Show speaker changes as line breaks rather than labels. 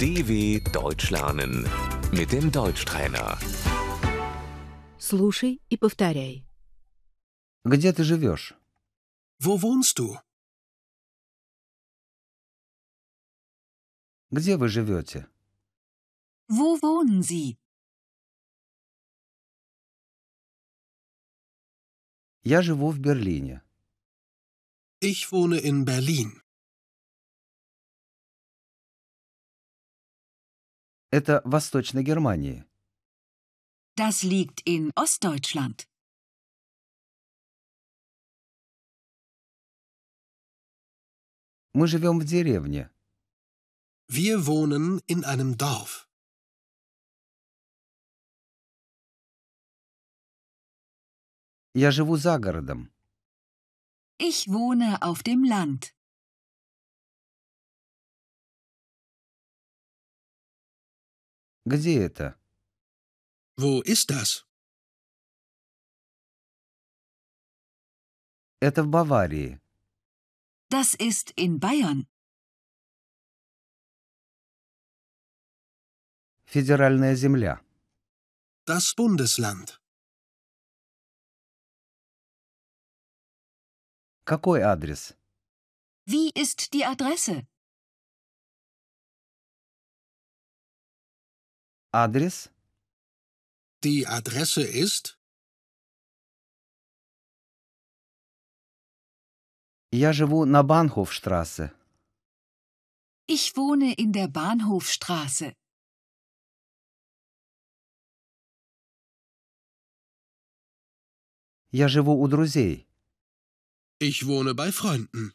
DW Deutsch lernen mit dem Deutschtrainer.
Слушай и повторяй.
Где ты живешь?
Wo wohnst du?
Где вы живете?
Wo wohnen Sie?
Я живу в Берлине.
Ich wohne in Berlin.
Это в Восточной Германии.
Das liegt in Ostdeutschland.
Мы живем в деревне.
Wir wohnen in einem Dorf.
Я живу за городом.
Ich wohne auf dem Land.
Где это?
Wo ist das?
Это в Баварии.
Das ist in Bayern.
Федеральная земля.
Das Bundesland.
Какой адрес?
Wie ist die Adresse?
Адрес
Die Adresse ist
«Я живу на Банхофштрассе».
Ich wohne in der Bahnhofstraße.
Я живу у друзей.
Ich wohne bei Freunden.